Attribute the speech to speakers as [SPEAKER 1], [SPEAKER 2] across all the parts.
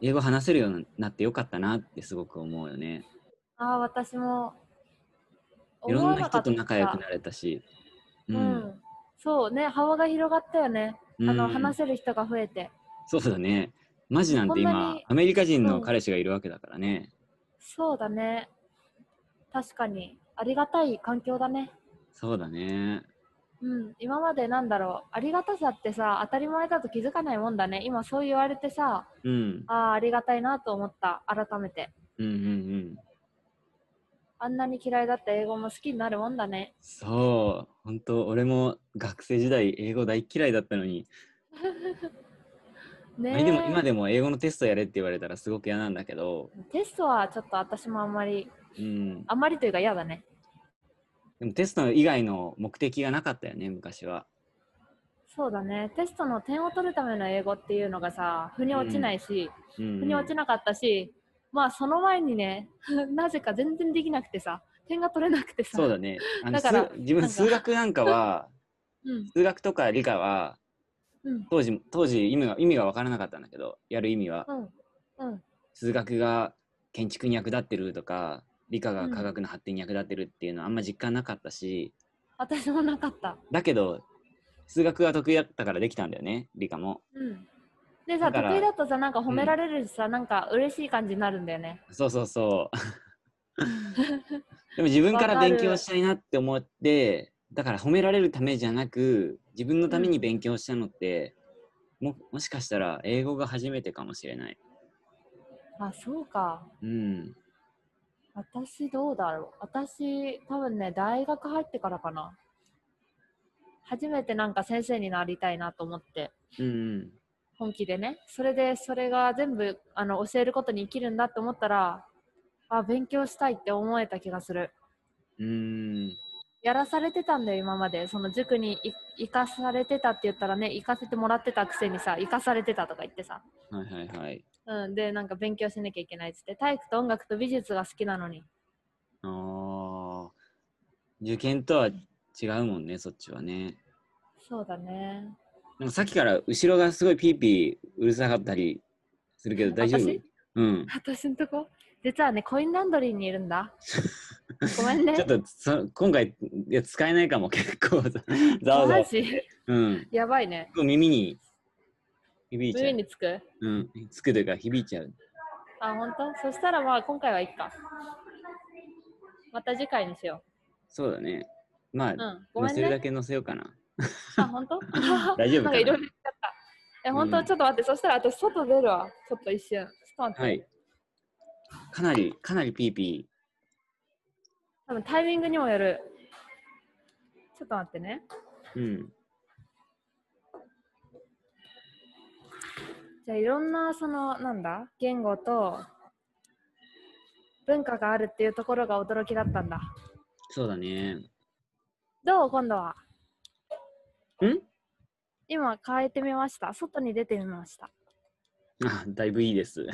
[SPEAKER 1] 英語話せるようになってよかったなってすごく思うよね。
[SPEAKER 2] ああ、私も。
[SPEAKER 1] いろん
[SPEAKER 2] 思わ
[SPEAKER 1] な
[SPEAKER 2] か
[SPEAKER 1] 人
[SPEAKER 2] った
[SPEAKER 1] と仲良くなれたし。う。
[SPEAKER 2] うんん。そうね、幅が広がったよね。あの、
[SPEAKER 1] うん
[SPEAKER 2] 話せる人が増えて。
[SPEAKER 1] そうだね。マジなんて
[SPEAKER 2] こんな
[SPEAKER 1] 今
[SPEAKER 2] に、
[SPEAKER 1] アメリカ人
[SPEAKER 2] う
[SPEAKER 1] の
[SPEAKER 2] ん
[SPEAKER 1] 彼氏がいるわけだからね。
[SPEAKER 2] そうだね。確かに。ありがたい環境だね。
[SPEAKER 1] そうだね。
[SPEAKER 2] うん、今までなんだろうありがたさってさ当たり前だと気づかないもんだね今そう言われてさ
[SPEAKER 1] うん。
[SPEAKER 2] ああありがたいなと思った改めて
[SPEAKER 1] うんうんうん。
[SPEAKER 2] あんなに嫌いだった英語も好きになるもんだね
[SPEAKER 1] そう。本当俺も学生時代、英語大っ嫌いだったのに、
[SPEAKER 2] ね
[SPEAKER 1] まあ
[SPEAKER 2] え
[SPEAKER 1] でも今でも英語のテストやれって言われたらすごく嫌なんだけど、
[SPEAKER 2] テストはちょっと私もあんまり
[SPEAKER 1] うん。
[SPEAKER 2] あんまりというか嫌だね
[SPEAKER 1] でもテスト以外の目的がなかったよね、昔は。
[SPEAKER 2] そうだねテストの点を取るための英語っていうのがさ腑に落ちないし、
[SPEAKER 1] うんうん
[SPEAKER 2] 腑に落ちなかったしまあその前にね なぜか全然できなくてさ点が取れなくてさ
[SPEAKER 1] そうだね。あの
[SPEAKER 2] だから
[SPEAKER 1] 数自分
[SPEAKER 2] なんか
[SPEAKER 1] 数学なんかは、
[SPEAKER 2] うん
[SPEAKER 1] 数学とか理科は、
[SPEAKER 2] うん
[SPEAKER 1] 当時、当時意味が意味が分からなかったんだけど、やる意味は。
[SPEAKER 2] うんうん
[SPEAKER 1] 数学が建築に役立ってるとか、理科が科学の発展に役立ってるっていうのはあんま実感なかったし、
[SPEAKER 2] 私もなかった
[SPEAKER 1] だけど、数学が得意だったからできたんだよね、理科も。
[SPEAKER 2] うんでさ
[SPEAKER 1] だから
[SPEAKER 2] 得意だとさなんか褒められるしさ、なんか嬉しい感じになるんだよね
[SPEAKER 1] そうそうそう。 でも自分から勉強したいなって思って、だから褒められるためじゃなく、自分のために勉強したのって、ももしかしたら英語が初めてかもしれない。
[SPEAKER 2] あそうか
[SPEAKER 1] うん。
[SPEAKER 2] 私どうだろう私多分ね大学入ってからかな初めてなんか先生になりたいなと思って
[SPEAKER 1] うんうん。
[SPEAKER 2] 本気でねそれでそれが全部あの教えることに生きるんだって思ったらあ勉強したいって思えた気がする
[SPEAKER 1] うーん。
[SPEAKER 2] やらされてたんだよ今までその塾にい行かされてたって言ったらね行かせてもらってたくせにさ行かされてたとか言ってさ
[SPEAKER 1] はいはいはい。
[SPEAKER 2] うん、でなんか勉強しなきゃいけないっつって体育と音楽と美術が好きなのに
[SPEAKER 1] ああ。受験とは違うもんね、そっちはね。
[SPEAKER 2] そうだね
[SPEAKER 1] なんかさっきから後ろがすごいピーピーうるさかったりするけど大丈夫
[SPEAKER 2] 私
[SPEAKER 1] うん。
[SPEAKER 2] 私んとこ実はねコインランドリーにいるんだごめんね
[SPEAKER 1] ちょっとそ今回いや使えないかも結 構ざざわざ
[SPEAKER 2] マ
[SPEAKER 1] わ。
[SPEAKER 2] ジ
[SPEAKER 1] うん。
[SPEAKER 2] やばいね
[SPEAKER 1] 耳に響いちゃ
[SPEAKER 2] 上
[SPEAKER 1] う。
[SPEAKER 2] につく
[SPEAKER 1] うん。つくというか響いちゃう。
[SPEAKER 2] あ本当そしたらまあ今回はいいかまた次回にしよ
[SPEAKER 1] そうだね。まあ、
[SPEAKER 2] うう
[SPEAKER 1] 乗
[SPEAKER 2] んごめん
[SPEAKER 1] せるだ
[SPEAKER 2] ね
[SPEAKER 1] け乗せようかな。
[SPEAKER 2] あ本当
[SPEAKER 1] 大丈夫
[SPEAKER 2] な
[SPEAKER 1] かな
[SPEAKER 2] んかいろいろ言っちゃったえ本当、
[SPEAKER 1] うん
[SPEAKER 2] ちょっと待ってそしたら私外出るわちょっと一瞬ちょっと待って、
[SPEAKER 1] はい。かなり、かなりピーピ
[SPEAKER 2] 多分タイミングにもよるちょっと待ってね
[SPEAKER 1] ー。うん。
[SPEAKER 2] じゃあいろんなそのなんだ言語と文化があるっていうところが驚きだったんだ。
[SPEAKER 1] そうだね。ん
[SPEAKER 2] どう今度は今変えてみました。外に出てみました。
[SPEAKER 1] あ、だいぶいいです。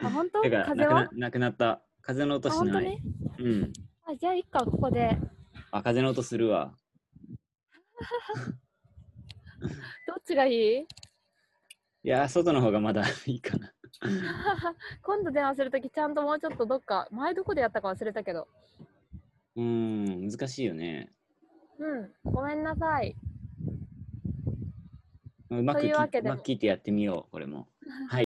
[SPEAKER 2] あ本当
[SPEAKER 1] てか、
[SPEAKER 2] 風
[SPEAKER 1] なく
[SPEAKER 2] は
[SPEAKER 1] ななくなった。風の音
[SPEAKER 2] あ
[SPEAKER 1] し
[SPEAKER 2] 本当
[SPEAKER 1] ない。
[SPEAKER 2] に
[SPEAKER 1] うん。
[SPEAKER 2] あじゃあ一回ここで
[SPEAKER 1] あ、風の音するわ。
[SPEAKER 2] どっちがいい
[SPEAKER 1] いやー、外の方がまだいいかな。
[SPEAKER 2] 今度電話するときちゃんともうちょっとどっか前どこでやったか忘れたけど
[SPEAKER 1] うーん、難しいよね。
[SPEAKER 2] うんごめんなさい。
[SPEAKER 1] まあうまく
[SPEAKER 2] と
[SPEAKER 1] き
[SPEAKER 2] いうわけ
[SPEAKER 1] う
[SPEAKER 2] で
[SPEAKER 1] まく聞いてやってみよう、これも。はい。